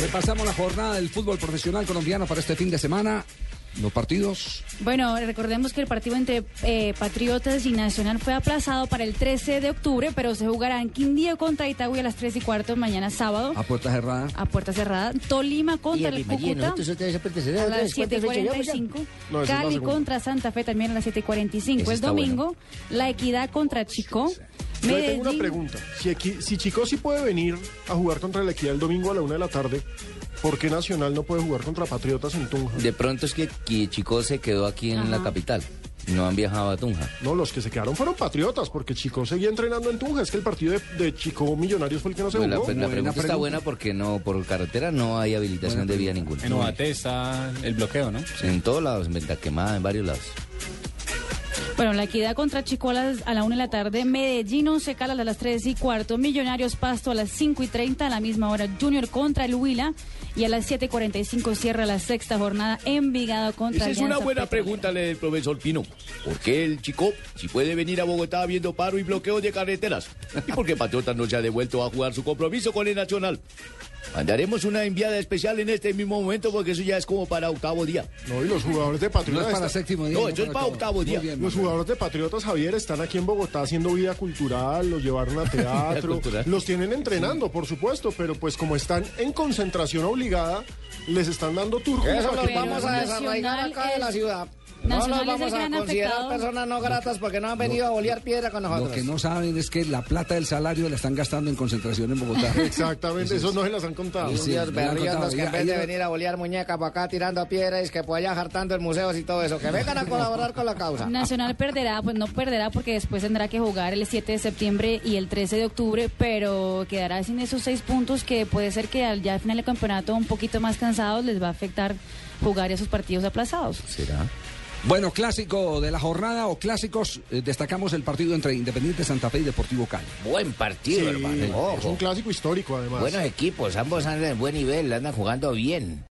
Repasamos la jornada del fútbol profesional colombiano para este fin de semana. Los partidos. Bueno, recordemos que el partido entre eh, Patriotas y Nacional fue aplazado para el 13 de octubre, pero se jugará en Quindío contra Itagüí a las 3 y cuarto mañana sábado. A puerta cerrada. A puerta cerrada. Tolima Y contra el el Medellín, Cúcuta. nosotros ustedes apetece, A ¿no? las ¿Tres, cuántas fechas llevamos ya? 7.45. No, esa es la Cali segunda. contra Santa Fe también a las 7.45. Ese El está domingo, La Equidad contra Chico. Yo le tengo una pregunta. Si, aquí, si Chico sí puede venir a jugar contra el Equidad el domingo a la una de la tarde, ¿por qué Nacional no puede jugar contra Patriotas en Tunja? De pronto es que Qui- Chico se quedó aquí en la Ajá. capital. No han viajado a Tunja. No, los que se quedaron fueron Patriotas, porque Chico seguía entrenando en Tunja. Es que el partido de, de Chico Millonarios fue el que no se Pues la, jugó. pues la pregunta, está pregunta. buena porque no por carretera no hay habilitación de vía ninguna. En Ovaté está el bloqueo, ¿no? En todos lados, en Venta Quemada, en varios lados. Bueno, la equidad contra Chico a las- a la 1 de la tarde, Medellín, Once Calas a las 3 y cuarto, Millonarios Pasto a las 5 y 30, a la misma hora Junior contra el Huila y a las 7 y 45 cierra la sexta jornada Envigado contra Esa es una Alianza buena Petrolera. pregunta la del profesor Pino. ¿Por qué el chico, si puede venir a Bogotá viendo paro y bloqueo de carreteras? ¿Y por qué Patriotas no se ha devuelto a jugar su compromiso con el Nacional? Mandaremos una enviada especial en este mismo momento porque eso ya es como para octavo día. No, y los jugadores de No Patriotas. es para están- séptimo día. No, eso es para octavo día. Muy bien, Los Manuel. jugadores de Patriotas, Javier, están aquí en Bogotá haciendo vida cultural, los llevaron a teatro, cultural. los tienen entrenando, por supuesto, pero pues como están en concentración obligada, les están dando turcos. Eso para los que- Pero vamos a desarraigar Nacional acá de la es- ciudad. No Nacional nos es vamos el a gran considerar afectado. personas no gratas porque no han venido a bolear piedra con Lo nosotros. que no saben es que la plata del salario la están gastando en concentración en Bogotá. Exactamente, eso no se las han contado. Sí, Indios me lo han berriondos contado. que en Ya, vez de ya- venir a bolear muñecas para acá tirando piedras que por allá jartando en museos y todo eso, que vengan a colaborar con la causa. Nacional perderá, pues no perderá porque después tendrá que jugar el 7 de septiembre y el 13 de octubre, pero quedará sin esos seis puntos que puede ser que al- ya al final del campeonato un poquito más cansados les va a afectar jugar esos partidos aplazados. ¿Será? Bueno, clásico de la jornada o clásicos, eh, destacamos el partido entre Independiente Santa Fe y Deportivo Cali. Buen partido, Sí, hermano. es un clásico histórico, además. Buenos equipos, ambos andan en buen nivel, andan jugando bien.